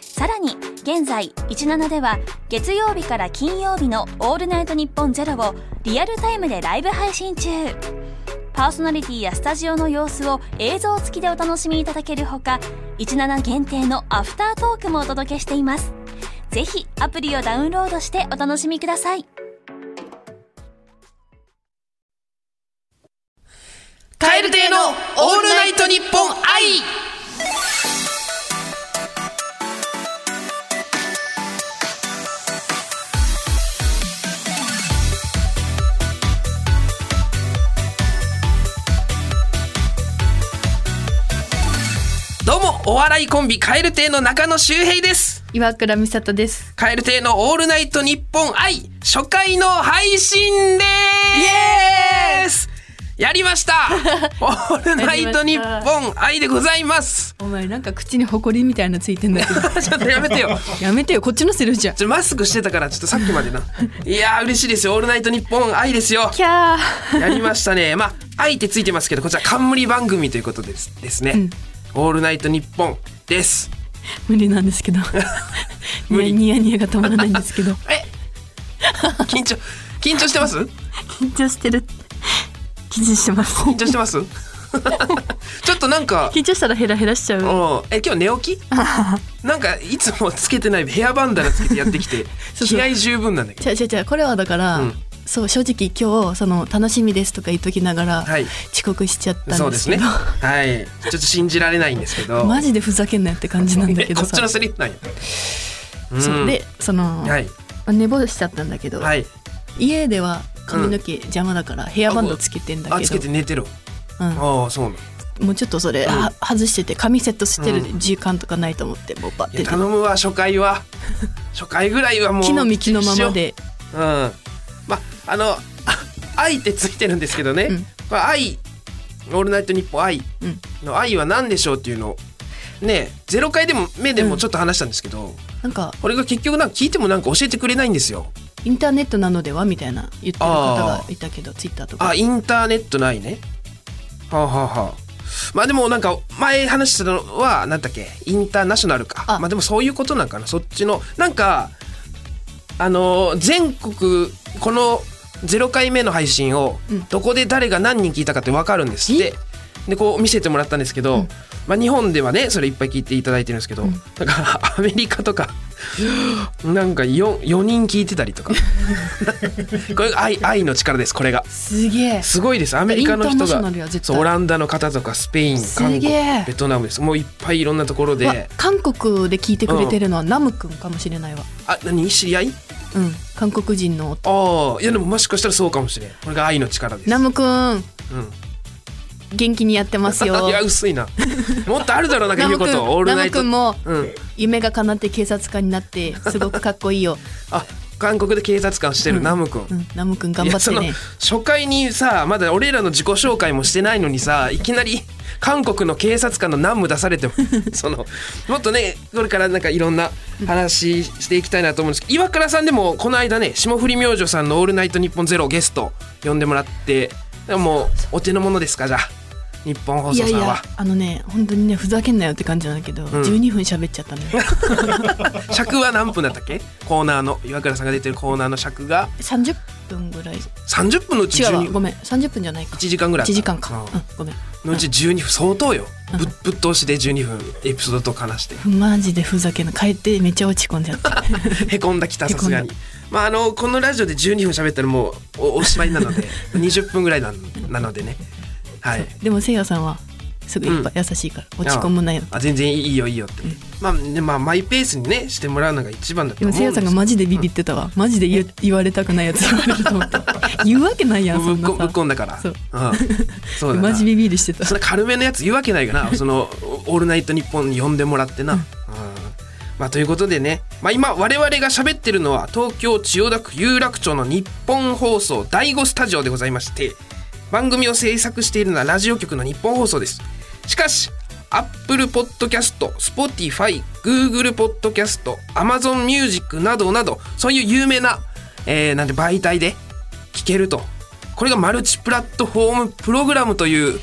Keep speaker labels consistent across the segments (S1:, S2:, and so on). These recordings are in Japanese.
S1: さらに現在17では月曜日から金曜日の「オールナイトニッポンゼロをリアルタイムでライブ配信中パーソナリティやスタジオの様子を映像付きでお楽しみいただけるほか17限定のアフタートークもお届けしていますぜひアプリをダウンロードしてお楽しみください
S2: カエル亭のオールナイトニッポン愛どうもお笑いコンビカエル亭の中野周平です
S3: 岩倉美里です。
S2: カエル亭のオールナイトニッポン愛初回の配信でーすやりま したオールナイトニッポン愛でございます
S3: お前なんか口にホコリみたいなのついてんだ けど。
S2: ちょっとやめてよ。
S3: やめてよ、こっちのセリフじゃん。
S2: ちょマスクしてたからちょっとさっきまで な。いやー嬉しいですよ。オールナイトニッポン愛ですよ。
S3: キャー。
S2: やりました ね。まあ愛ってついてますけどこちら冠番組ということですですね、オールナイトニッポンです。
S3: 無理なんですけど。
S2: 無理
S3: ニヤニヤが止まらないんですけど。
S2: え緊張緊張してます？
S3: 緊張してる。緊張してます。
S2: 緊張してます ちょっとなんか。
S3: 緊張したらヘラヘラしちゃ
S2: う
S3: う。
S2: んえ今日寝起き なんかいつもつけてないヘアバンダナつけてやってきて
S3: そうそう
S2: 気合十分なんだけど
S3: 違う違う違う、これはだから。
S2: うん
S3: そう正直今日その楽しみですとか言っときながら、
S2: はい
S3: 遅刻しちゃった
S2: そ
S3: ん
S2: う
S3: で
S2: ですす
S3: け
S2: ね
S3: ど
S2: はいちょっと信じられないんですけど
S3: マジでふざけんなよって感じなんだけど
S2: えこっちの
S3: さ、
S2: セリフなんや
S3: そう
S2: うん
S3: でその、
S2: はい
S3: 寝坊しちゃったんだけど、
S2: はい
S3: 家では髪の毛邪魔だからヘアバンドつけてんだ
S2: あ
S3: け
S2: つ
S3: ど
S2: け、て寝てる
S3: うん、
S2: ああそうなの
S3: もうちょっとそれ、は外してて髪セットしてる
S2: う
S3: 時間とかないと思ってもうバッ
S2: い
S3: て
S2: や頼むわ初回 は初回ぐらいはもう
S3: 木の幹のままで
S2: うんまあのあ愛ってついてるんですけどね、
S3: うん
S2: これ愛オールナイトニッポン愛
S3: うん
S2: の愛は何でしょうっていうのをねゼロ回でも目で
S3: う
S2: も
S3: ん
S2: ちょっと話したんですけど、
S3: なんか
S2: これが結局なんか聞いてもなんか教えてくれないんですよ
S3: インターネットなのではみたいな言ってる方がいたけどツイッターとか
S2: あインターネットないねはあ、はあはあ、まあでもなんか前話したのは何だっけインターナショナルか
S3: あ
S2: まあでもそういうことなんかなそっちのなんかあのー全国この0回目の配信を
S3: うん
S2: どこで誰が何人聞いたかって分かるんですって、でこう見せてもらったんですけど、
S3: うん
S2: まあ、日本ではねそれいっぱい聞いていただいてるんですけど、
S3: うん
S2: なんか アメリカとかなんか 4, 4人聞いてたりと かこれが愛愛の力ですこれが。
S3: すげえ
S2: すごいですアメリカの
S3: インタ
S2: 人
S3: ーナショ
S2: が
S3: ナルや絶対
S2: そうオランダの方とかスペイン
S3: す
S2: 韓国
S3: げえ
S2: ベトナムですもういっぱいいろんなところ
S3: わ
S2: で
S3: 韓国で聞いてくれてるのはナム君かもしれないわ
S2: あ何知り合い
S3: うん韓国人の夫
S2: ああいやでももしかしたらそうかもしれんこれが愛の力です
S3: ナム君
S2: うん
S3: 元気にやってます よ
S2: いや薄いなもっとあるだろうなんか
S3: ナ
S2: 言うこ
S3: ム君
S2: とオール
S3: ナ
S2: ナ
S3: ム
S2: イト
S3: 君も
S2: うん
S3: 夢が叶って警察官になってすごくかっこいいよ、
S2: あ韓国で警察官してる、
S3: うん
S2: ナム君、
S3: うん、ナム君頑張って
S2: いや
S3: ね
S2: その初回にさまだ俺らの自己紹介もしてないのにさいきなり韓国の警察官のナム出されて もそのもっとねこれからなんかいろんな話していきたいなと思うんですけど岩倉さんでもこの間ね霜降り明星さんの「オールナイトニッポンゼロをゲスト呼んでもらってでももうお手の物ですかじゃあ日本放
S3: い
S2: 送
S3: や
S2: さ
S3: い
S2: んは。
S3: やあのね本当にねふざけんなよって感じなんだけど、12分喋っちゃっ たね
S2: 尺は何分だったっけコーナーの岩倉さんが出てるコーナーの尺が
S3: 30分ぐらい違
S2: 30分のうち
S3: うわ
S2: 12
S3: ごめん30分じゃないか
S2: 1時間ぐらいあった
S3: 1時間
S2: う
S3: か、うんんごめん
S2: のうち12分相当よぶぶっ通しで12分エピソードと話 して
S3: マジでふざけんな帰ってめっちゃ落ち込んじゃった
S2: へこんだきた
S3: へこん
S2: さす
S3: だ
S2: がにまああのこのラジオで12分喋ったらもうおお しまいなので20分ぐらいななのでねはい
S3: でもせいやさんはすぐいっぱい優しいから、落ち込むなよ
S2: ああ全然いいよいいよって、まあねまあマイペースにねしてもらうのが一番だと
S3: で
S2: 思う
S3: も
S2: ん
S3: せいやさんがマジでビビってたわ、マジで言う言われたくないやつ言われると 思った言うわけないやん
S2: ぶ
S3: そん
S2: っ
S3: な
S2: こぶっ
S3: さ
S2: こんだから、
S3: そうん
S2: そう だな
S3: マジビビりしてた
S2: そんな軽めのやつ言うわけないよなその「オールナイトニッポン」に呼んでもらってな、うんまあ、ということでね、まあ、今我々が喋ってるのは東京千代田区有楽町の日本放送第5スタジオでございまして番組を制作しているのはラジオ局の日本放送ですしかし Apple Podcast、Spotify、Google Podcast、Amazon Music などなどそういう有名な、えーなんて媒体で聞けるとこれがマルチプラットフォームプログラムという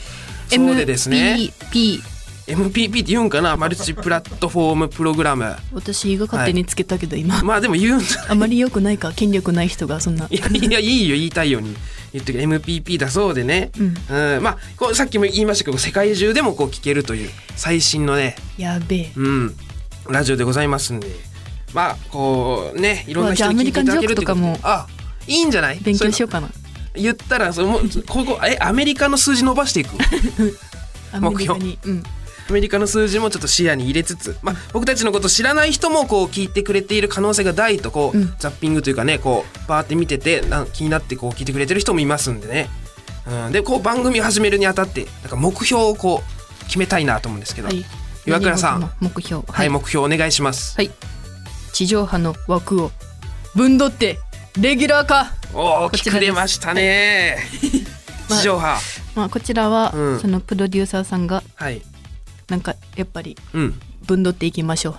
S2: そうでですね
S3: MPP
S2: MPP って言うんかなマルチプラットフォームプログラム
S3: 私が勝手につけたけど今、
S2: まあでも言うんだ
S3: あまり良くないか権力ない人がそんない
S2: やいやいいよ言いたいように言ってくれ MPP だそうでね、うんまあこうさっきも言いましたけど世界中でもこう聞けるという最新のね、
S3: やべえ
S2: うん、ラジオでございますんでまあこうねいろんな人に聞いていただけるってこと
S3: うわ
S2: で
S3: じゃあアメリカンジョークと
S2: あいいんじゃない
S3: 勉強しよ
S2: う
S3: うかな
S2: 言ったらそのもうここえアメリカの数字伸ばしていく
S3: ア
S2: 目
S3: メリカ
S2: 標
S3: に、うん、
S2: アメリカの数字もちょっと視野に入れつつ、まあ、僕たちのこと知らない人もこう聞いてくれている可能性が大とこう、
S3: うん
S2: ザッピングというかねこうバーって見ててなん気になってこう聞いてくれてる人もいますんでね、うん、でこう番組を始めるにあたってなんか目標をこう決めたいなと思うんですけど、
S3: は
S2: はいい、岩倉さん
S3: 何事も目標はい、
S2: 目標お願いします、
S3: はい地上波の枠を分取ってレギュラー化
S2: おお
S3: こ
S2: 来
S3: ち
S2: て
S3: らで
S2: くれ
S3: す
S2: ましたね、
S3: ま あ
S2: 地上波
S3: まあこちらは、
S2: うん
S3: そのプロデューサーさんが
S2: はい
S3: なんかやっぱり
S2: うん
S3: 分取っていきましょう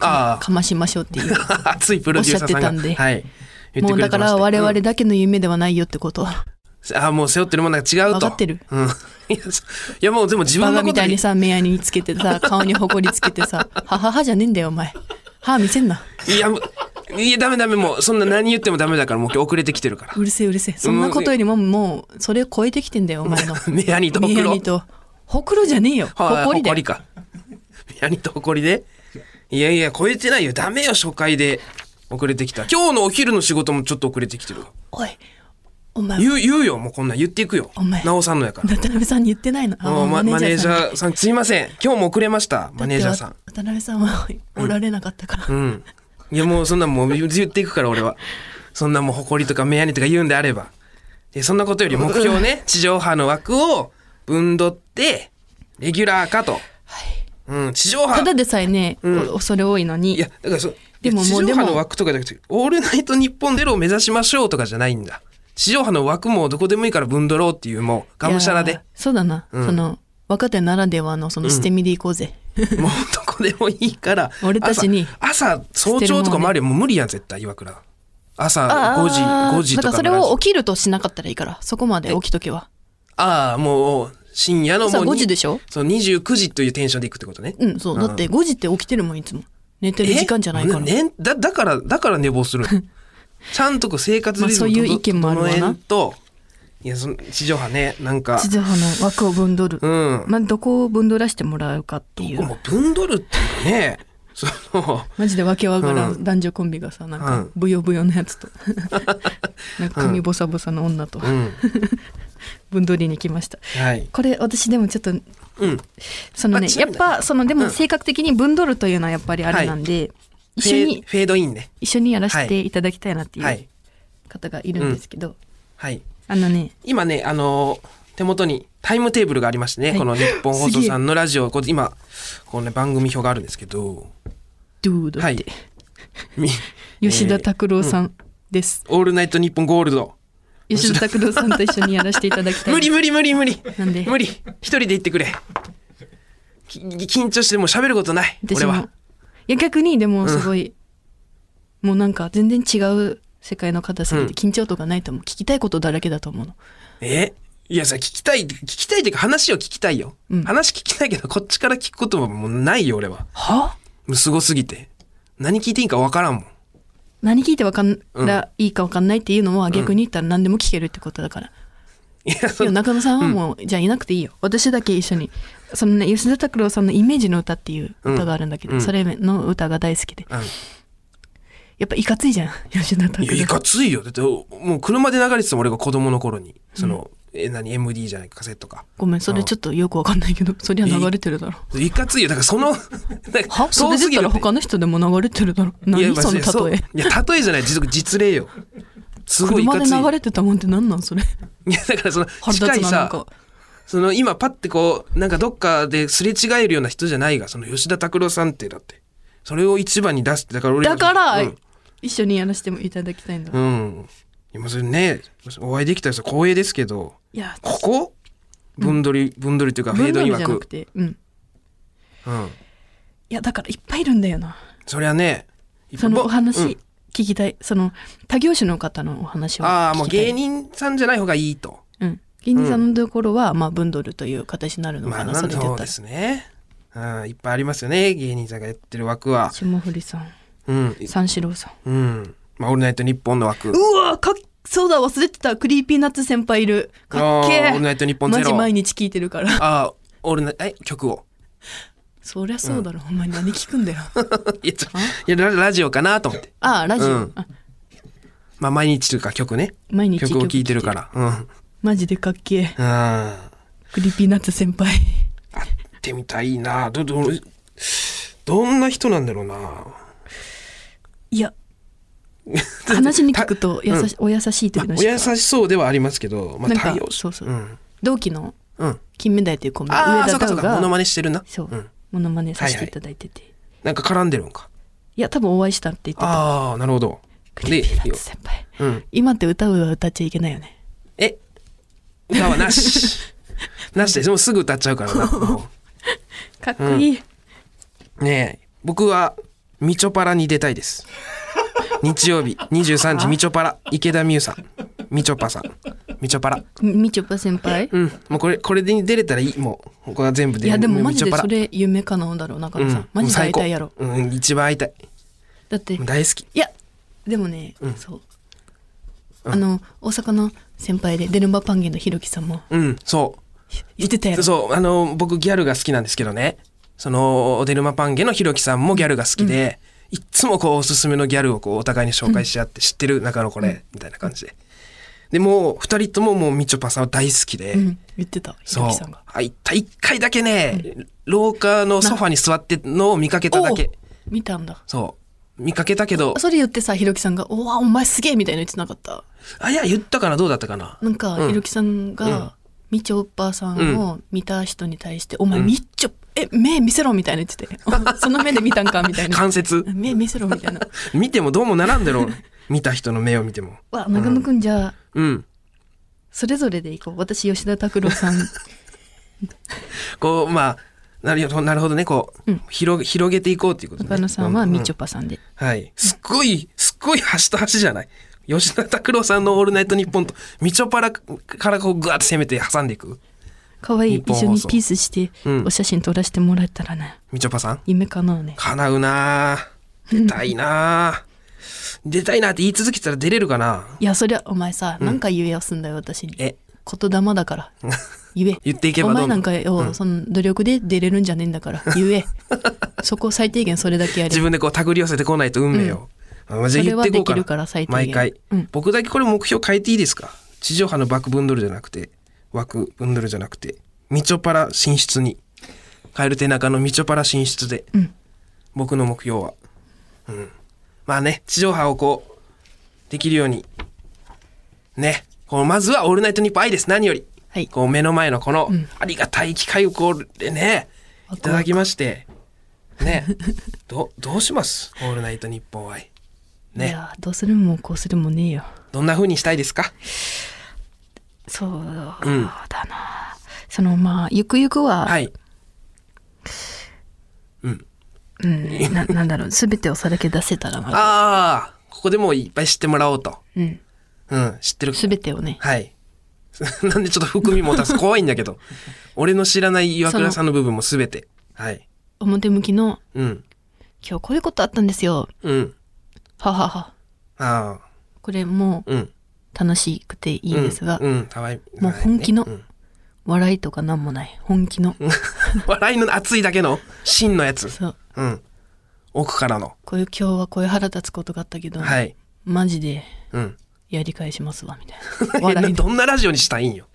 S2: あ
S3: かましましょうっていう
S2: あ熱いプロデューサーさん
S3: おっしゃってたん
S2: が
S3: で
S2: はい 言っ
S3: も
S2: てく
S3: う
S2: れ
S3: だ
S2: て
S3: か
S2: ました
S3: ら我
S2: う
S3: 々
S2: ん
S3: だけの夢ではないよってこと
S2: あもう背負ってるものが違うと
S3: 分かってる
S2: うん、いやそいやもうでも自
S3: バ
S2: 分の
S3: カ
S2: こ
S3: み
S2: と
S3: たい
S2: に
S3: に
S2: い
S3: さ目やにつけてさ顔にほこりつけてさ「ははは」じゃねえんだよお前歯見せんな
S2: やもういやダメダメもうそんな何言ってもダメだからもう今日遅れてきてる から
S3: うるせえうるせえそんなことよりももうそれを超えてきてんだよお 前の
S2: 目やにとほ
S3: 目
S2: く
S3: や
S2: ろ
S3: にとほくろじゃねえよほ
S2: はい
S3: こり
S2: ほ
S3: で
S2: こりか目やにとほこりでいやいや超えてないよダメよ初回で遅れてきた今日のお昼の仕事もちょっと遅れてきてるわ
S3: おいお前
S2: 言う言うよもうこんなん言っていくよ
S3: お前
S2: なおさんのやから
S3: 渡辺さんに言ってないのあ
S2: うんまマネージ
S3: ん
S2: ャーさんすいません今日も遅れましたマネージャーさ
S3: だ
S2: ん
S3: って渡辺さんはおられなかったから、
S2: うん。いやもうそんなんもう言っていくから俺は。そんなもう誇りとか目やにとか言うんであれば。でそんなことより目標 ね、地上波の枠を分取って、レギュラー化と。うん、地上波。
S3: ただでさえね、
S2: ん
S3: お恐れ多いのに
S2: いや、だからそう、
S3: でも
S2: いや
S3: もう
S2: 地上波
S3: で
S2: の
S3: も
S2: 枠とかじゃなくて、オールナイト日本ゼロを目指しましょうとかじゃないんだ。地上波の枠もどこでもいいから分取ろうっていう、もう、がむしゃら
S3: い
S2: で
S3: や。そうだな、その若手ならではのその捨て身でいこうぜ、
S2: もうどこでもいいから。
S3: 俺たちに
S2: 朝、朝早朝とかもあるよ。もう無理やん、絶対、岩倉。朝5時、5時とか
S3: だから
S2: の
S3: それ
S2: ラジオ
S3: を起きるとしなかったらいいからそこまで起きとけは
S2: ああ、もう、深夜のも
S3: 朝
S2: うに。
S3: 5時でしょ
S2: そう、29時というテンションでいくってことね。
S3: うんそう、だって5時って起きてるもんいつも寝てる時間じゃないから、
S2: ね、ねだ、だから、だから寝坊す るの。ちゃんとこう生活リズム
S3: まあそういう
S2: と
S3: 意見もあるわな
S2: 整えんと、いや、その、地上波ね、なんか、
S3: 地上波の枠を分取る、
S2: うん。
S3: まあどこを分取らせてもらうかってい
S2: 僕
S3: う
S2: も分取るっていうか ね、その、
S3: マジでわけわからん男女コンビがさなん
S2: う
S3: か
S2: ん
S3: ブヨブヨの やつとなんか髪ボサボサの女と
S2: うん。
S3: 分取りに来ました
S2: はい。
S3: これ私でもちょっと
S2: うん。
S3: そのね
S2: あ違
S3: や
S2: うん
S3: っ
S2: だ
S3: ぱそので
S2: う
S3: も
S2: ん
S3: 性格的に分取るというのはやっぱりあれなんで、一緒
S2: フェ
S3: に
S2: フェードインね。
S3: 一緒にやらせていただきたいなってい
S2: は
S3: う
S2: い。
S3: 方がいるんですけど、
S2: はい。
S3: あのね
S2: 今ね、あのー手元にタイムテーブルがありましてね、
S3: はい
S2: この日本放
S3: す
S2: 送
S3: げえ
S2: さんのラジオ、こう今、このね、番組表があるんですけど、
S3: ドゥードって、
S2: はいみ
S3: 吉
S2: え
S3: 田
S2: ー
S3: 拓郎さんです、
S2: オールナイトニッポンゴールド。
S3: 吉田拓郎さんと一緒にやらせていただきた い
S2: 無理無理無理無理。
S3: なんで
S2: 無理。一人で行ってくれ。き緊張してもう喋ることない。
S3: 私
S2: 俺
S3: も
S2: は。
S3: いや逆にでもすごい、もうなんか全然違う世界の方すぎ
S2: うん
S3: て緊張とかないと思う聞きたいことだらけだと思うの
S2: えいやさ、聞きたい、聞きたいというか話を聞きたいよ。
S3: うん
S2: 話聞きたいけど、こっちから聞くことももうないよ、俺は。
S3: は
S2: もうすごすぎて。何聞いていいかわからんもん。
S3: 何聞いてわかん
S2: うん
S3: らいいかわかんないっていうのは逆に言ったら何でも聞けるってことだから、
S2: いや、そ
S3: でも
S2: の、
S3: 中野さんはもう、じゃあいなくていいよ私だけ一緒にそのね吉田拓郎さんの「イメージの歌」っていう歌があるんだけど、
S2: うん
S3: それの歌が大好きで
S2: うん
S3: やっぱいかついじゃん 吉田
S2: い
S3: 拓
S2: や、い
S3: 郎
S2: かついよ。だって、もう車で流れてたもん俺が子供の頃に。その、え、何、MD じゃないか、カセットか。
S3: ごめんそれちょっとよくわかんないけどそりゃ流れてるだろ
S2: いかついよ。だからその、 だから
S3: はそれ
S2: 遠
S3: 出
S2: す
S3: て
S2: ぎ
S3: た
S2: る
S3: ら
S2: って
S3: 他の人でも流れてるだろ
S2: いや
S3: 何
S2: まあ
S3: その例え
S2: そういや例えじゃない実実例よすごいい
S3: 車
S2: か
S3: で
S2: つい
S3: 流れてたもんって何なん それ
S2: いやだからその
S3: 腹
S2: 近
S3: 立つ
S2: い
S3: なな
S2: さ
S3: んか
S2: その今パッてこうなんかどっかですれ違えるような人じゃないがその吉田拓郎さんってだってそれを一番に出すってだから俺ら
S3: だから、
S2: うん、
S3: 一緒にやらせてもいただきたいんだ、
S2: うん、今それねお会いできたらさ光栄ですけど
S3: いや
S2: ここ分取り分取りというかフェードに
S3: 分取りじゃなく
S2: 枠
S3: てうん
S2: うん
S3: いやだからいっぱいいるんだよな
S2: そりゃねいっぱ
S3: そ
S2: い
S3: のお
S2: う
S3: 話
S2: ん
S3: 聞きたい、その他業種の方のお話を聞きたい
S2: ああもう芸、人さんじゃない方がいいと
S3: うん、芸人さんのところは、まあブンドルという形になるの
S2: ま
S3: か
S2: あ
S3: な、
S2: な
S3: そ
S2: ん
S3: れ
S2: だ
S3: で言
S2: そ
S3: っ
S2: う
S3: た
S2: で
S3: ら
S2: すねうんいっぱいありますよね芸人さんがやってる枠は
S3: 霜降りさん
S2: うん
S3: 三四郎さん
S2: うんまあオールナイト日本の枠
S3: うわかっそうだ忘れてたクリーピーナッツ先輩いるかっけ
S2: あーオールナイトニッポンゼロ
S3: マジ毎日聞いてるから
S2: ああオールナイトえ曲 を
S3: そりゃそうだろ、ほんまに何聞くんだ よ
S2: いやちょいやララジオかなと思って
S3: ああラジオ、
S2: うん
S3: あ
S2: まあ毎日というか曲ね
S3: 毎日
S2: 曲を聴いてるかららうんうん
S3: マジでかっけえ
S2: あ
S3: クリーピーナッツ 先輩
S2: 会ってみたいなどどどんな人なんだろうない
S3: や 話に聞くと優し、お優しいというの
S2: お
S3: しか
S2: 優しそうではありますけど、まあ、
S3: なんか
S2: 対応し
S3: そうそう
S2: うん
S3: 同期の
S2: うん、
S3: 金目鯛というコンビ
S2: ああ
S3: 上
S2: そうか
S3: 田
S2: そ
S3: 豪
S2: うかモノ
S3: が
S2: マネしてるな
S3: そう
S2: うん、
S3: モノマネさせていただいてて、い
S2: なんか絡んでるんか
S3: や多分お会いしたって言ってた
S2: ああなるほど
S3: クリーピーナッツ先輩
S2: うん、
S3: 今って歌うは歌っちゃいけないよね
S2: え歌はな しなしでもうすぐ歌っちゃうからなも
S3: かっこいい、
S2: うねえ僕はみちょぱらに出たいです日曜日23時みちょぱら池田美優さんみちょぱさんみちょぱら
S3: みちょぱ先輩
S2: うんもうこれこれで出れたらいいもうここは全部出
S3: い
S2: る
S3: やでもマ
S2: みち
S3: ジ
S2: ょ
S3: で
S2: ぱら
S3: それ夢かなうんだろう中野さん、
S2: うん
S3: マジで会いたいやろ
S2: もう最高うん一番会いたい
S3: だってい
S2: 大好き
S3: やでもね、そうあの大阪の先輩でデルマパンゲンのひろきさんも
S2: うんそう
S3: 言ってたやろ
S2: そう、あの、僕ギャルが好きなんですけどね。その、デルマパンゲのひろきさんもギャルが好きで、いっつもこう、おすすめのギャルをこう、お互いに紹介し合って、知ってる中のこれ、みたいな感じで。で、もう、二人とももう、みちょぱさんは大好きで、
S3: うん、言ってたひ
S2: そう
S3: ろきさんが。
S2: あ、いった、一回だけね、廊下のソファに座ってのを見かけただけ。
S3: お見たんだ
S2: そう。見かけたけど、
S3: それ言ってさひろきさんが「おわお前すげえ」みたいなの言ってなかった
S2: あ、いや、言ったかな、どうだったかな。
S3: なんか、
S2: うん
S3: ひろきさん
S2: うん
S3: が、みちょぱさんを見た人に対して「お前みっちょえ目見せろ」みたいな 言ってて「その目で見たんか」みたいな
S2: 関節
S3: 「。目見せろ」みた いな
S2: 見てもどうもならんだ ろう。見た人の目を見ても。
S3: 「わ中野くんじゃあ
S2: うん。
S3: それぞれで行こう私吉田拓郎さ ん
S2: こう、まあ、なるほど、なるほどね、こう、
S3: うん
S2: 広げ、広げていこうっていうことね。
S3: 中野さんはみちょ
S2: う
S3: ぱさんで、
S2: んはい。すっごい、すっごい端と端じゃない。吉田拓郎さんのオールナイトニッポンと、みちょぱらからこう、ぐわって攻めて挟んでいく。
S3: 可愛い
S2: 日本
S3: 一
S2: 放
S3: 緒
S2: 送
S3: にピースして
S2: うん
S3: お写真撮らせてもらえたらね、
S2: みちょぱさん。
S3: 夢かなうね
S2: 叶うなあ出たいなあ出たいなって言い続けてたら出れるかない
S3: やそりゃお前さ何か言えやすんだよ私に
S2: え、
S3: 言霊だから 言え
S2: 言っていけば
S3: お
S2: ど
S3: 前
S2: んど
S3: なんんかよ、その努力で出れるんじゃねえんだ から言えそこ最低限それだけやれ
S2: 自分でこう、手繰り寄せてこないと運命を。あじゃあ言っていこうか
S3: それはできる
S2: な。
S3: から最低限
S2: 毎回、
S3: うん
S2: 僕だけこれ目標変えていいですか地上波のバックブンドルじゃなくて、枠ブンドルじゃなくて、みちょぱら進出に。カエル手中のみちょぱら進出で、
S3: ん
S2: 僕の目標は。うん。まあね、地上波をこう、できるように。ね。こうまずはオールナイトニッポン愛です。何より。
S3: はい
S2: こう目の前のこの、ありがたい機会をこうでね、いただきまして。ね。 ど、どうしますオールナイトニッポン愛。
S3: い
S2: ね。
S3: やどうするもこうするもねえよ
S2: どんな風にしたいですか
S3: そうだな、
S2: うん
S3: そのまあゆくゆくは、
S2: はい。
S3: うん、ななんだろう全てをさらけ出せたらな
S2: ああ、ここでもういっぱい知ってもらおうと。
S3: うん
S2: うん、知ってる。
S3: 全てをね
S2: はい。 なんでちょっと含み持たす怖いんだけど。俺の知らない岩倉さんの部分も全て。はい。
S3: 表向きの
S2: うん。
S3: 今日こういうことあったんですよ
S2: うん。
S3: ははは
S2: ああ、
S3: これも
S2: うん。
S3: 楽しくていい
S2: い
S3: ですが、
S2: うん、うんたわい
S3: もう本気の
S2: うん
S3: 笑いとかなんもない本気の、
S2: 笑いの熱いだけの真のやつ。
S3: そう
S2: うん。奥からの。
S3: こういう今日はこういう腹立つことがあったけど、
S2: はい。
S3: マジで
S2: うん。
S3: やり返しますわみたい な笑
S2: え
S3: いの
S2: どんなラジオにしたいんよ。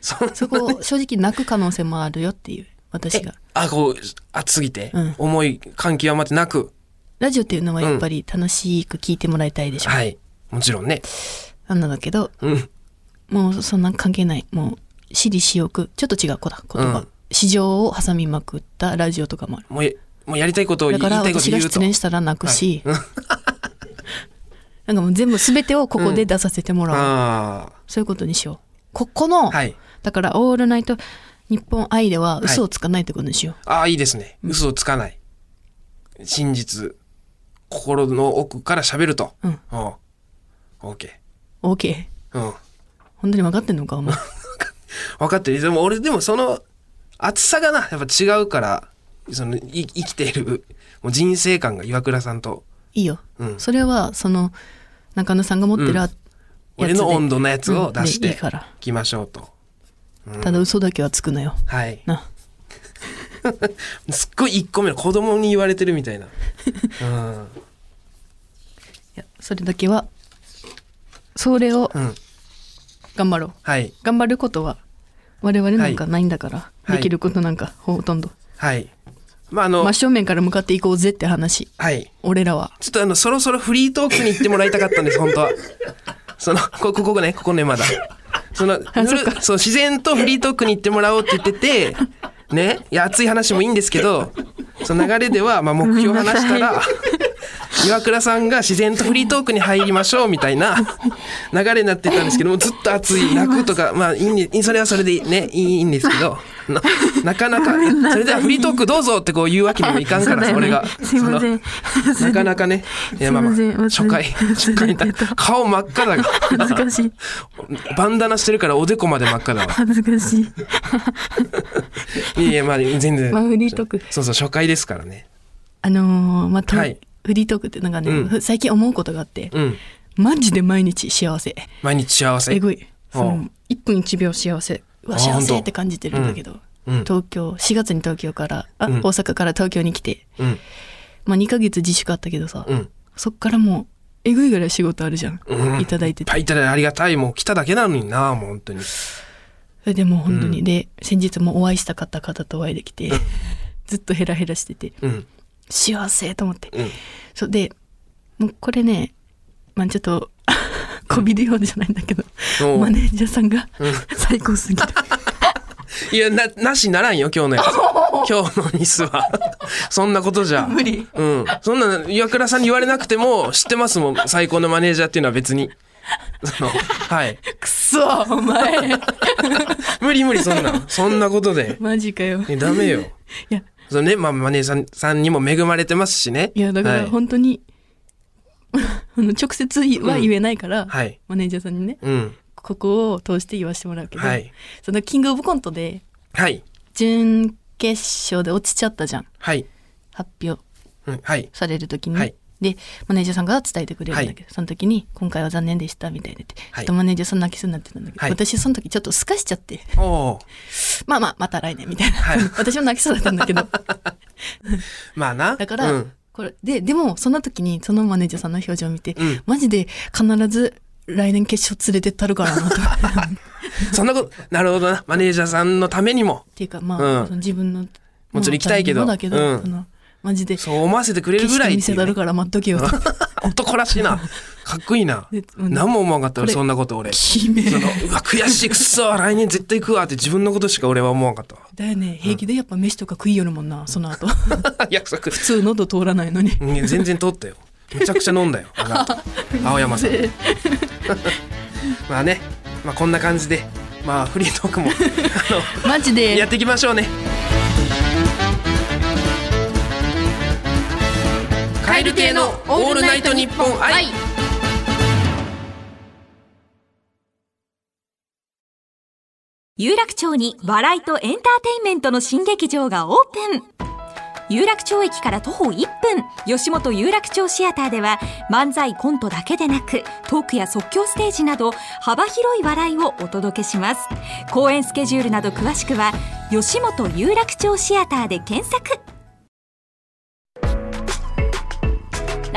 S2: そ
S3: そこを正直泣く可能性もあるよっていう私が
S2: あ、こう、熱すぎて、
S3: うん
S2: 思い、感極まってなく。
S3: ラジオっていうのはやっぱり楽しく聞いてもらいたいでしょ、
S2: はい。もちろんね。
S3: なんなんだけど
S2: うん。
S3: もうそんなん関係ないもう私利私欲ちょっと違う子だ言葉、
S2: うん
S3: 市場を挟みまくったラジオとかもある
S2: もうえ、もうやりたいことを言
S3: だ
S2: い
S3: か
S2: た
S3: ら
S2: いこと
S3: 私
S2: 言
S3: が
S2: うと
S3: 失恋したら泣くし、 なんかもう全部全てをここで出させてもらう、
S2: あ
S3: そういうことにしようここの、
S2: あはい
S3: だから「オールナイト日本愛」では嘘をつかないってことにしよう、
S2: ああいいですね嘘をつかない真実心の奥から喋ると
S3: うん
S2: おう OK
S3: オーケ
S2: うん
S3: ー本当に分かってんのかお前
S2: 分かってるでも俺でもその厚さがなやっぱ違うからそのい生きているもう人生観が岩倉さんと
S3: いいよ、
S2: うん
S3: それはその中野さんが持ってるやつで、
S2: 俺の温度のやつを出し
S3: うんでいい
S2: て
S3: から
S2: いきましょうと、
S3: ただ嘘だけはつくなよ
S2: はい
S3: な
S2: すっごい1個目の子供に言われてるみたい なうん
S3: いやそれだけはそれを
S2: うん
S3: 頑張ろう
S2: はい
S3: 頑張ることは我々なんかないんだから、
S2: はい
S3: できることなんかほとんど、
S2: はいまああの、
S3: 真正面から向かっていこうぜって話
S2: はい
S3: 俺らは
S2: ちょっとあの、そろそろフリートークに行ってもらいたかったんです、本当は。その、ここ、ここね、ここね、まだ。そ の、ぬるそう、自然とフリートークに行ってもらおうって言ってて、ね、いや、熱い話もいいんですけど、その流れでは、まあ、目標を話したら、 岩倉さんが自然とフリートークに入りましょうみたいな流れになってたんですけども、ずっと熱い、泣くとか、まあ、いいんで、それはそれでね、いいいいんですけ ど、ななかなか、それではフリートークどうぞってこう言うわけにもいかんから、それが。
S4: すいません。
S2: そのなかなかね、いやまあまあ
S4: すいません
S2: 初回、初回だ。顔真っ赤だが。
S4: 恥ずかしい。
S2: バンダナしてるからおでこまで真っ赤 だわ。
S4: 恥ずかしい。
S2: いやいや、まあ全然。
S3: まあフリートーク
S2: そうそう、初回ですからね。
S3: あのーまあと
S2: はい
S3: フリートークってなんかね、
S2: うん
S3: ふ最近思うことがあって、
S2: うん。
S3: マジで毎日幸せ
S2: 毎日幸せ。
S3: えぐいそ
S2: おう
S3: の1分1秒幸せう
S2: あ
S3: わ幸
S2: ほんと
S3: せって感じてるんだけど、
S2: うん。
S3: 東京4月に東京からあ、
S2: うん
S3: 大阪から東京に来て、
S2: うん。
S3: まあ、2ヶ月自粛あったけどさ、
S2: うん。
S3: そっからもうえぐいぐらい仕事あるじゃん、
S2: うん
S3: いただいて
S2: いってぱいいただありがたい。もう来ただけなのにな、もう本当に。
S3: それでもう本当に、
S2: うん
S3: で先日もお会いした方々とお会いできて、ずっとヘラヘラしてて
S2: うん。
S3: 幸せと思って
S2: うん。
S3: そうでもうこれねまあちょっと こびるようじゃないんだけど
S2: おう
S3: マネージャーさんが最高すぎた
S2: いや、な、なしならんよ、今日のやつ。今日のミスは。 そんなことじゃ。 無
S3: 理。
S2: うん。そんな、岩倉さんに言われなくても、知ってますもん。最高のマネージャーっていうのは別に。その、はい。
S3: くそお 前
S2: 無理無理、そん なん。そんなことで。
S3: マジかよ
S2: え、ダメよ。
S3: いや
S2: そのね、まあ、マネージャーさんにも恵まれてますしね。
S3: いやだか
S2: は
S3: ら
S2: い、
S3: 本当に、 あの直接は言えないから、
S2: はい
S3: マネージャーさんにね
S2: うん。
S3: ここを通して言わせてもらうけど、
S2: はい
S3: そのキングオブコントで
S2: はい。
S3: 準決勝で落ちちゃったじゃん
S2: はい。
S3: 発表
S2: うん。はい。
S3: される時に、
S2: はい
S3: でマネージャーさんが伝えてくれるんだけど、その時に「今回は残念でした」みたいなって、
S2: はい
S3: ちょっとマネージャーさん泣きそうになってたんだけど、
S2: はい
S3: 私その時ちょっとすかしちゃって
S2: おおー。
S3: 「まあまあまた来年」みたいな、
S2: はい
S3: 私も泣きそうだったんだけ ど
S2: まあな。
S3: だから、
S2: うん。
S3: これででもその時にそのマネージャーさんの表情を見て、
S2: うん
S3: マジで必ず来年決勝連れてったるから なとっ
S2: そんなこと、なるほどな。マネージャーさんのためにも、
S3: ていうかまあ、
S2: うん
S3: その自分の
S2: もちろん行きたいけど
S3: もだけど、
S2: うん
S3: そのマジで
S2: そう思わせてくれる
S3: 景
S2: ぐら
S3: 色
S2: い
S3: 見
S2: ってい
S3: せ
S2: う
S3: た
S2: ね
S3: るから待っとけよと
S2: 男らしいな。かっこいい な
S3: で。うん
S2: 何も思わんかった
S3: こ
S2: 俺、
S3: れ
S2: そんなこと俺。そ
S3: 決め
S2: の、うわ、悔しい、くそ、来年絶対行くわって自分のことしか俺は思わんかったわ。
S3: だよね平気でやっぱ飯とか食いよるもんなその後
S2: 約束。
S3: 普通喉通らないのに
S2: うん全然通ったよ。めちゃくちゃ飲んだよ。あの 後青山さん。 まあね、まあこんな感じで、まあフリー トークも、あ
S3: マジ
S2: の、
S3: で
S2: やっていきましょうね。カエル系のオールナイトニッポン愛。
S1: 有楽町に笑いとエンターテインメントの新劇場がオープン有楽町駅から徒歩1分吉本有楽町シアターでは漫才コントだけでなくトークや即興ステージなど幅広い笑いをお届けします公演スケジュールなど詳しくは吉本有楽町シアターで検索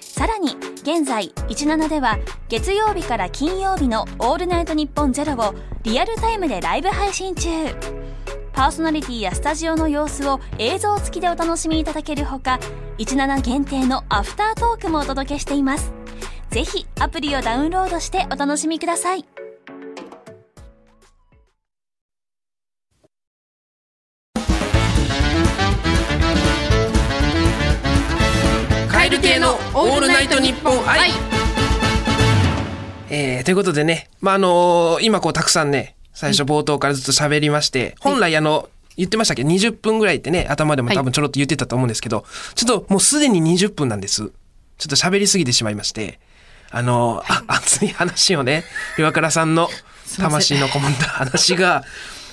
S1: さらに現在17では月曜日から金曜日の「オールナイトニッポンゼロをリアルタイムでライブ配信中パーソナリティやスタジオの様子を映像付きでお楽しみいただけるほか17限定のアフタートークもお届けしていますぜひアプリをダウンロードしてお楽しみください
S2: カエル系のオールナイトニッポン愛。えーということでね、まあ、あのー今こうたくさんね、最初冒頭からずっと喋りまして、本来あの、言ってましたっけ ?20 分ぐらいってね、頭でも多分ちょろっと言ってたと思うんですけど、ちょっともうすでに20分なんです。ちょっと喋りすぎてしまいまして、あのーあ、熱い話をね、岩倉さんの魂のこもった話が、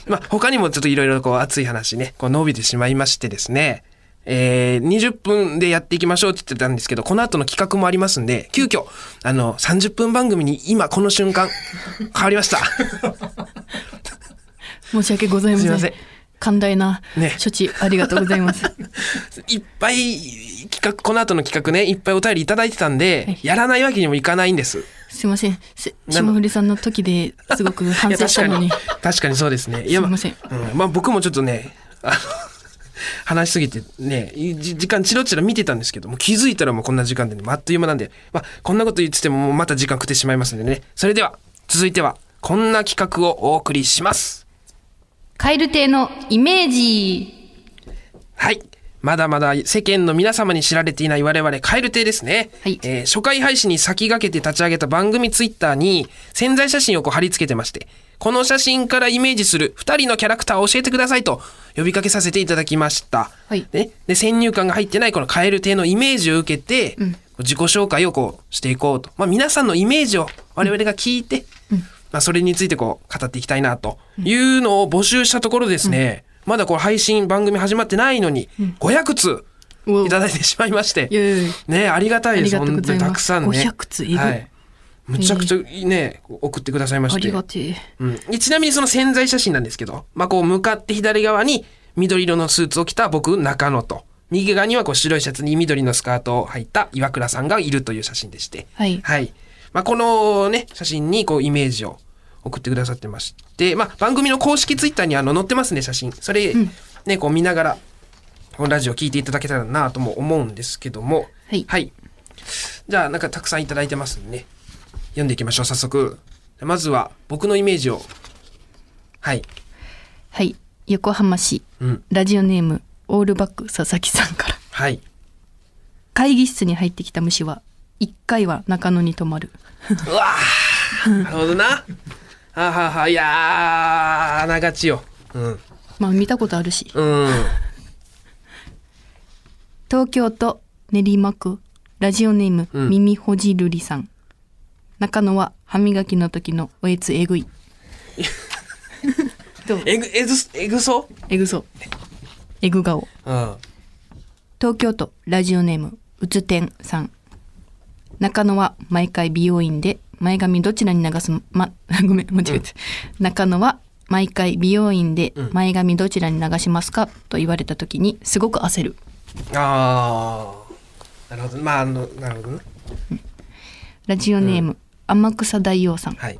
S2: まあ、他にもちょっといろいろこう熱い話ね、こう伸びてしまいましてですね、えー、20分でやっていきましょうって言ってたんですけど、この後の企画もありますんで、急遽、あの、30分番組に今この瞬間、変わりました。
S3: 申し訳ございませ
S2: す
S3: ん
S2: いません
S3: 寛大な
S2: ね
S3: 処置ありがとうござ います、
S2: いっぱい企画、この後の企画ね、いっぱいお便りいただいてたんで、やらないわけにもいかないんです。
S3: すいませんせ
S2: なの
S3: 霜降りさんの時ですごく
S2: い
S3: 反
S2: や
S3: 省し
S2: 確か
S3: たの
S2: に
S3: に。
S2: 確かにそうですね。いや、
S3: すいません
S2: うんまあ僕もちょっとね、あの、 話しすぎてね、じ時間チロチロ見てたんですけども、気づいたらもうこんな時間でね、あっという間なんで、まあこんなこと言っててももうまた時間食ってしまいますんでね。それでは、続いては、こんな企画をお送りします。
S5: カエル亭のイメージ。
S2: はい。まだまだ世間の皆様に知られていない我々、カエル亭ですね。
S5: はい
S2: えー初回配信に先駆けて立ち上げた番組ツイッターに潜在写真をこう貼り付けてまして、この写真からイメージする2人のキャラクターを教えてくださいと呼びかけさせていただきました。
S5: はい
S2: ね、で、先入観が入ってないこのカエル亭のイメージを受けて、自己紹介をこうしていこうと。まあ皆さんのイメージを我々が聞いて、まあ、それについてこう語っていきたいなというのを募集したところですね、まだこう配信番組始まってないのに500通
S3: うお
S2: いただいてしまいまして
S3: い、やいやいや
S2: ねありがたいです
S3: ありがとう
S2: 本
S3: ご
S2: 当
S3: ざい
S2: に
S3: ます
S2: たくさんね
S3: 500通いる
S2: はい、むちゃくちゃね、送ってくださいま
S3: あ
S2: して
S3: りがてえ
S2: うん、でちなみにその潜在写真なんですけど、まあ、こう向かって左側に緑色のスーツを着た僕中野と右側にはこう白いシャツに緑のスカートを履いた岩倉さんがいるという写真でして、
S3: はい
S2: まあ、この、ね、写真にこうイメージを送ってくださってまして、まあ、番組の公式ツイッターにあの載ってますね写真それ、ねこう見ながらこのラジオ聞いていただけたらなとも思うんですけども、
S3: はい
S2: じゃあなんかたくさんいただいてますんでね読んでいきましょう早速まずは僕のイメージをはい
S3: はい横浜市
S2: うん
S3: ラジオネームオールバック佐々木さんから
S2: はい
S3: 会議室に入ってきた虫は一回は中野に泊まる
S2: うわーなるほどなあははいやーあながちようん
S3: まあ見たことあるし
S2: うん
S3: 東京都練馬区ラジオネーム、
S2: うん
S3: 耳ほじるりさん中野は歯磨きの時のおえつえぐいどう
S2: えぐえぐえぐそ
S3: えぐそうえぐ顔
S2: ううん
S3: 東京都ラジオネームうつてんさん中野は毎回美容院で前髪どちらに流すま ごめん間違えた、中野は毎回美容院で前髪どちらに流しますかと言われた時にすごく焦る
S2: ああなるほどまああのなるほどね
S3: ラジオネーム、天草大王さん
S2: はい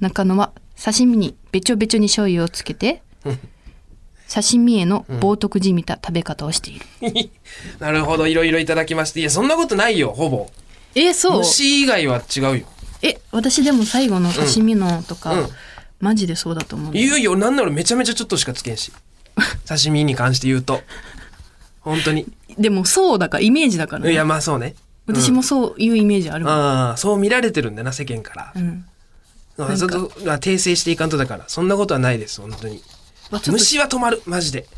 S3: 中野は刺身にべちょべちょに醤油をつ けて刺身への冒涜じみた食べ方をしている、
S2: なるほどいろいろいただきましていやそんなことないよほぼ
S3: えそ
S2: 虫以外は違うよ
S3: え私でも最後の刺身のとか、
S2: うんうん
S3: マジでそうだと思うんだよ
S2: いやいやなんならめちゃめちゃちょっとしかつけん し刺身に関して言うと本当に
S3: でもそうだからイメージだからね
S2: いやまあそうね
S3: 私もそういうイメージあるわ、
S2: ああそう見られてるんだな世間から
S3: う、ん
S2: うん、ちょっとまあ訂正していかんとだからそんなことはないです本当に
S3: わちょっと
S2: 虫は止まるマジで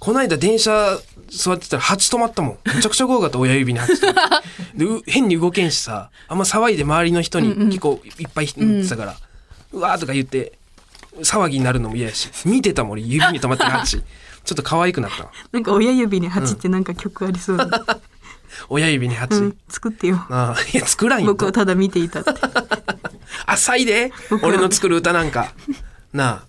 S2: こないだ電車座ってたら蜂止まったもんめちゃくちゃ怖かった親指に蜂止まってでう変に動けんしさあんま騒いで周りの人に結構いっぱい言ってたから、うわーとか言って騒ぎになるのも嫌やし見てたもん俺指に止まってる蜂ちょっと可愛くなったわ
S4: なんか親指に蜂ってなんか曲ありそうだ、
S2: 親指に
S4: う
S2: 蜂、
S4: ん、作ってよ。
S2: ああいや作らんよ
S4: 僕をただ見ていたって。
S2: 浅いで俺の作る歌なんかなあ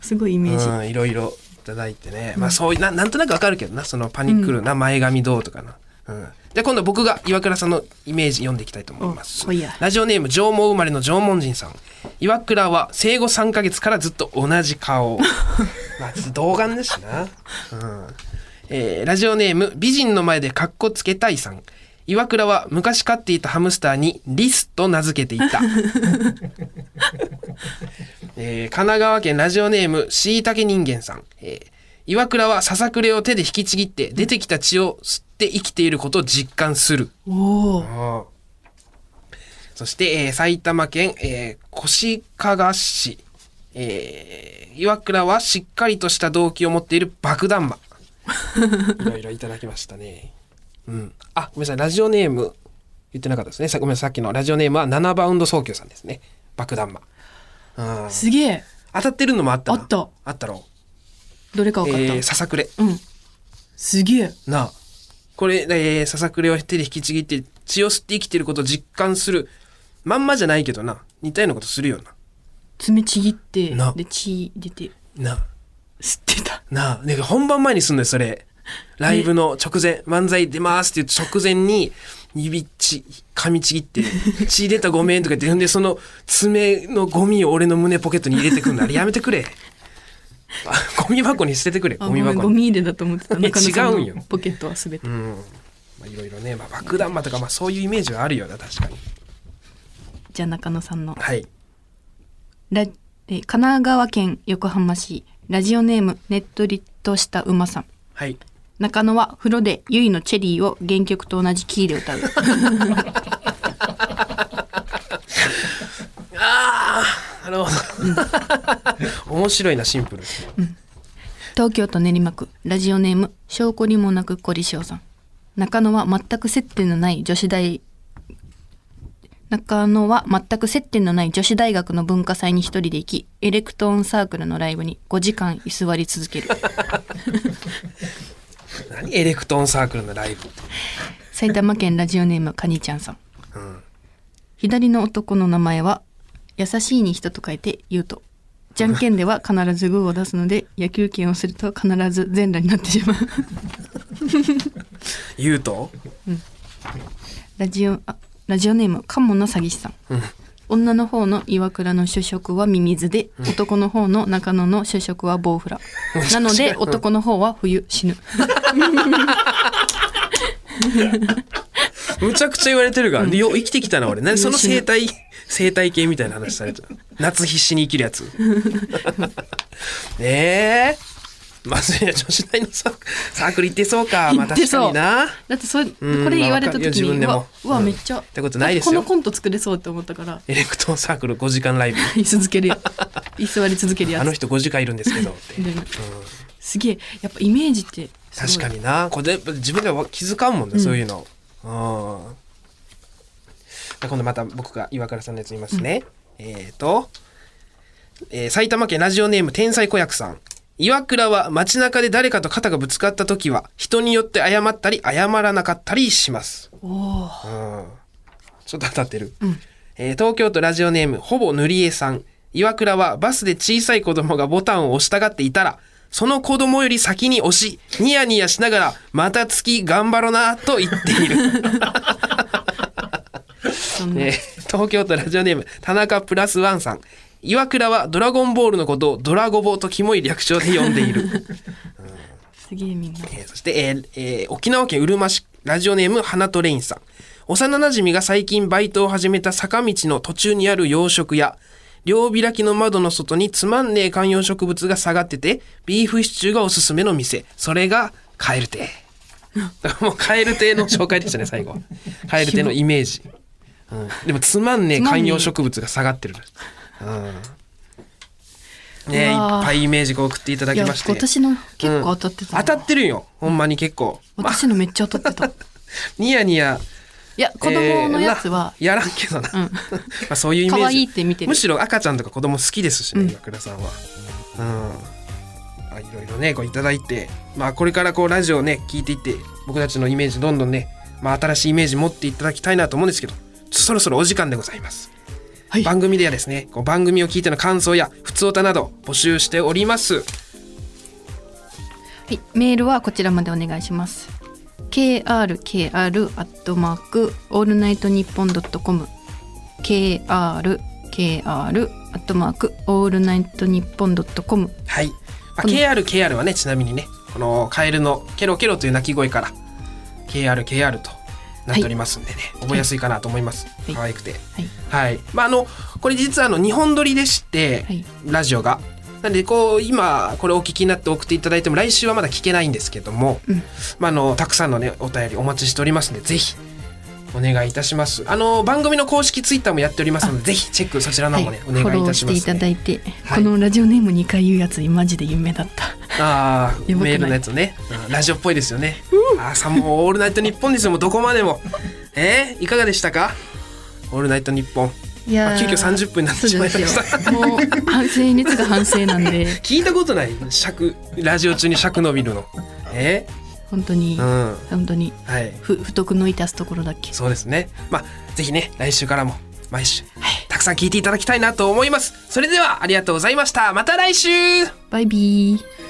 S3: すごいイメージ、
S2: うん、いろいろいただいてね、まあそういうななんとなくわかるけどなそのパニックるな、前髪どうとかな、うん、で今度僕が岩倉さんのイメージ読んでいきたいと思います
S3: おおいや
S2: ラジオネーム縄文生まれの縄文人さん岩倉は生後3ヶ月からずっと同じ顔まあちょっと童顔ですしな、うんえーラジオネーム美人の前でカッコつけたいさん岩倉は昔飼っていたハムスターにリスと名付けていた、えー神奈川県ラジオネームしいたけ人間さん、えー岩倉はささくれを手で引きちぎって出てきた血を吸って生きていることを実感する
S4: おお。
S2: ああそして、えー埼玉県、えー越川市、えー岩倉はしっかりとした動機を持っている爆弾 魔いろいろいただきましたねうんあごめんなさいラジオネーム言ってなかったですねさごめんなさいさっきのラジオネームは7バウンド早急さんですね爆弾魔うん
S3: すげえ
S2: 当たってるのもあったな
S3: あった
S2: あったろ
S3: どれか分かった、
S2: えーささくれ
S3: うんすげえ
S2: なあこれ、えー、ささくれを手で引きちぎって血を吸って生きてることを実感するまんまじゃないけどな似たようなことするよ
S3: 爪ちぎって
S2: な
S3: で血出て
S2: なな
S3: 吸ってた
S2: あなあね本番前にすんのよそれライブの直前、漫才出ますっていう直前に指ち噛みちぎ って「血出たごめん」とか言ってんでその爪のゴミを俺の胸ポケットに入れてくんのあれやめてくれあゴミ箱に捨ててくれ
S3: あ
S2: ゴ
S3: ごめ
S2: ミ
S3: ん
S2: 箱に
S3: ゴミ入れだと思ってた
S2: いや
S3: 中野さん
S2: 違うんよ
S3: のポケットは全て、
S2: うんまあ、いろいろね、まあ、爆弾魔とか、まあ、そういうイメージはあるよな確かに
S3: じゃあ中野さんの
S2: はい
S3: ラえ神奈川県横浜市ラジオネームねっとりとした馬さん
S2: はい
S3: 中野は風呂でゆいのチェリーを原曲と同じキーで歌う
S2: ああなるほど 面白いなシンプル
S3: 東京都練馬区ラジオネーム証拠にもなくこりしおさん中野は全く接点のない女子大中野は全く接点のない女子大学の文化祭に一人で行きエレクトーンサークルのライブに5時間居座り続ける
S2: 何エレクトーンサークルのライブ
S3: 埼玉県ラジオネームかにちゃんさん
S2: うん
S3: 左の男の名前は優しいに人と書いて言うとじゃんけんでは必ずグーを出すので野球拳をすると必ず全裸になってしまう
S2: 言うと
S3: ラジオあラジオネームカモの詐欺師さん、女の方の岩倉の主食はミミズで、男の方の中野の主食はボウ フラなので男の方は冬死ぬ
S2: むちゃくちゃ言われてるが、でよ生きてきたな俺何その生態生態系みたいな話されてる夏必死に生きる やつねえまず、いや女子大のサークサークル行ってそうかまあ
S3: 行って
S2: 確
S3: そう
S2: かにな
S3: だってそれ、
S2: ん
S3: これ言われ
S2: まあわかる
S3: た
S2: よ
S3: 時
S2: 自分
S3: に
S2: で
S3: う
S2: も
S3: わうわ
S2: うん
S3: めっちゃ、
S2: ってことないですよ
S3: だってこのコント作れそうって思ったから
S2: エレクトーンサークル5時間ライブ
S3: 居続けるや 居座り続けるや
S2: あ
S3: つ
S2: の人5時間いるんですけどって
S3: ですげえやっぱイメージってすご
S2: 確か
S3: い
S2: になこれやっぱ自分では気づかんもんね、そういうのうんじゃあ今度また僕が岩倉さんのやつ言いますね、えっ、と、えー埼玉県ラジオネーム天才子役さん岩倉は街中で誰かと肩がぶつかった時は人によって謝ったり謝らなかったりします
S3: お
S2: う
S3: お
S2: んちょっと当たってる、えー東京都ラジオネームほぼ塗り絵さん岩倉はバスで小さい子供がボタンを押したがっていたらその子供より先に押しニヤニヤしながら「また月頑張ろな」と言っている、
S3: そんな、
S2: えー東京都ラジオネーム田中プラスワンさん岩倉は「ドラゴンボール」のことを「ドラゴボ」とキモい略称で呼んでいる
S3: すげえみんな
S2: えーそして、えーえー沖縄県うるま市ラジオネーム花とレインさん幼なじみが最近バイトを始めた坂道の途中にある洋食屋両開きの窓の外につまんねえ観葉植物が下がっててビーフシチューがおすすめの店それがカエル亭 もうカエル亭の紹介で したね最後はカエル亭のイメージ、うん、でもつまんねえ観葉植物が下がってる、うん、ねえいうっ
S3: わー
S2: ぱいイメージこう送っていただ
S3: い
S2: き
S3: や
S2: まして
S3: 今年の結構当たってた
S2: 当た
S3: な、
S2: ってるよほんまに結構、まあ、
S3: 私のめっちゃ当たってたい
S2: ニヤニヤ
S3: や子供のやつは、
S2: えーなやらんけどな、 まあそういうイメージ
S3: 可愛いって見てる
S2: むしろ赤ちゃんとか子供好きですしね、
S3: うん
S2: 岩倉さんはうんあいろいろねこういただいてまあこれからこうラジオをね聞いていって僕たちのイメージどんどんねまあ新しいイメージ持っていただきたいなと思うんですけどそろそろお時間でございます
S3: はい
S2: 番組ではですねこう番組を聞いての感想や普通歌など募集しております
S3: はい、メールはこちらまでお願いします krkr アットマークオールナイトニッポンドットコム krkr アットマークオールナイトニッポンドットコム
S2: はい、まあ、KR KR はねちなみにねこのカエルのケロケロという鳴き声から KR KR となっておりますんでね、覚えやすいかなと思います、
S3: い
S2: 可愛くて
S3: はい
S2: はい、まああのこれ実はあの2本撮りでして、
S3: はい
S2: ラジオがなのでこう今これお聞きになって送っていただいても来週はまだ聞けないんですけども、まあ、あのたくさんのねお便りお待ちしておりますのでぜひお願いいたしますあの番組の公式ツイッターもやっておりますのでぜひチェックそちらの
S3: はい
S2: 方もね、お願いいたし
S3: フォ
S2: ま
S3: ローしてい
S2: す、
S3: ただ
S2: ね、
S3: いて、
S2: はい
S3: このラジオネーム2回言うやつマジで夢 だった
S2: ああ
S3: やばくない
S2: メールのやつね、うんラジオっぽいですよね、ああさもうオールナイトニッポンですよもうどこまでもえー、いかがでしたかオールナイトニッポン
S3: いや
S2: あ
S3: ー
S2: 急遽30分になって
S3: そう
S2: しまい
S3: で
S2: まし
S3: す
S2: た
S3: よもう反省熱が反省なんで
S2: 聞いたことない尺ラジオ中に尺伸びるのえ
S3: 本当に、
S2: うんは
S3: 本当に
S2: い
S3: ふ不徳の致すところだっけ
S2: そうですねまあぜひね来週からも毎週、たくさん聞いていただきたいなと思いますそれではありがとうございましたまた来週
S3: バイビー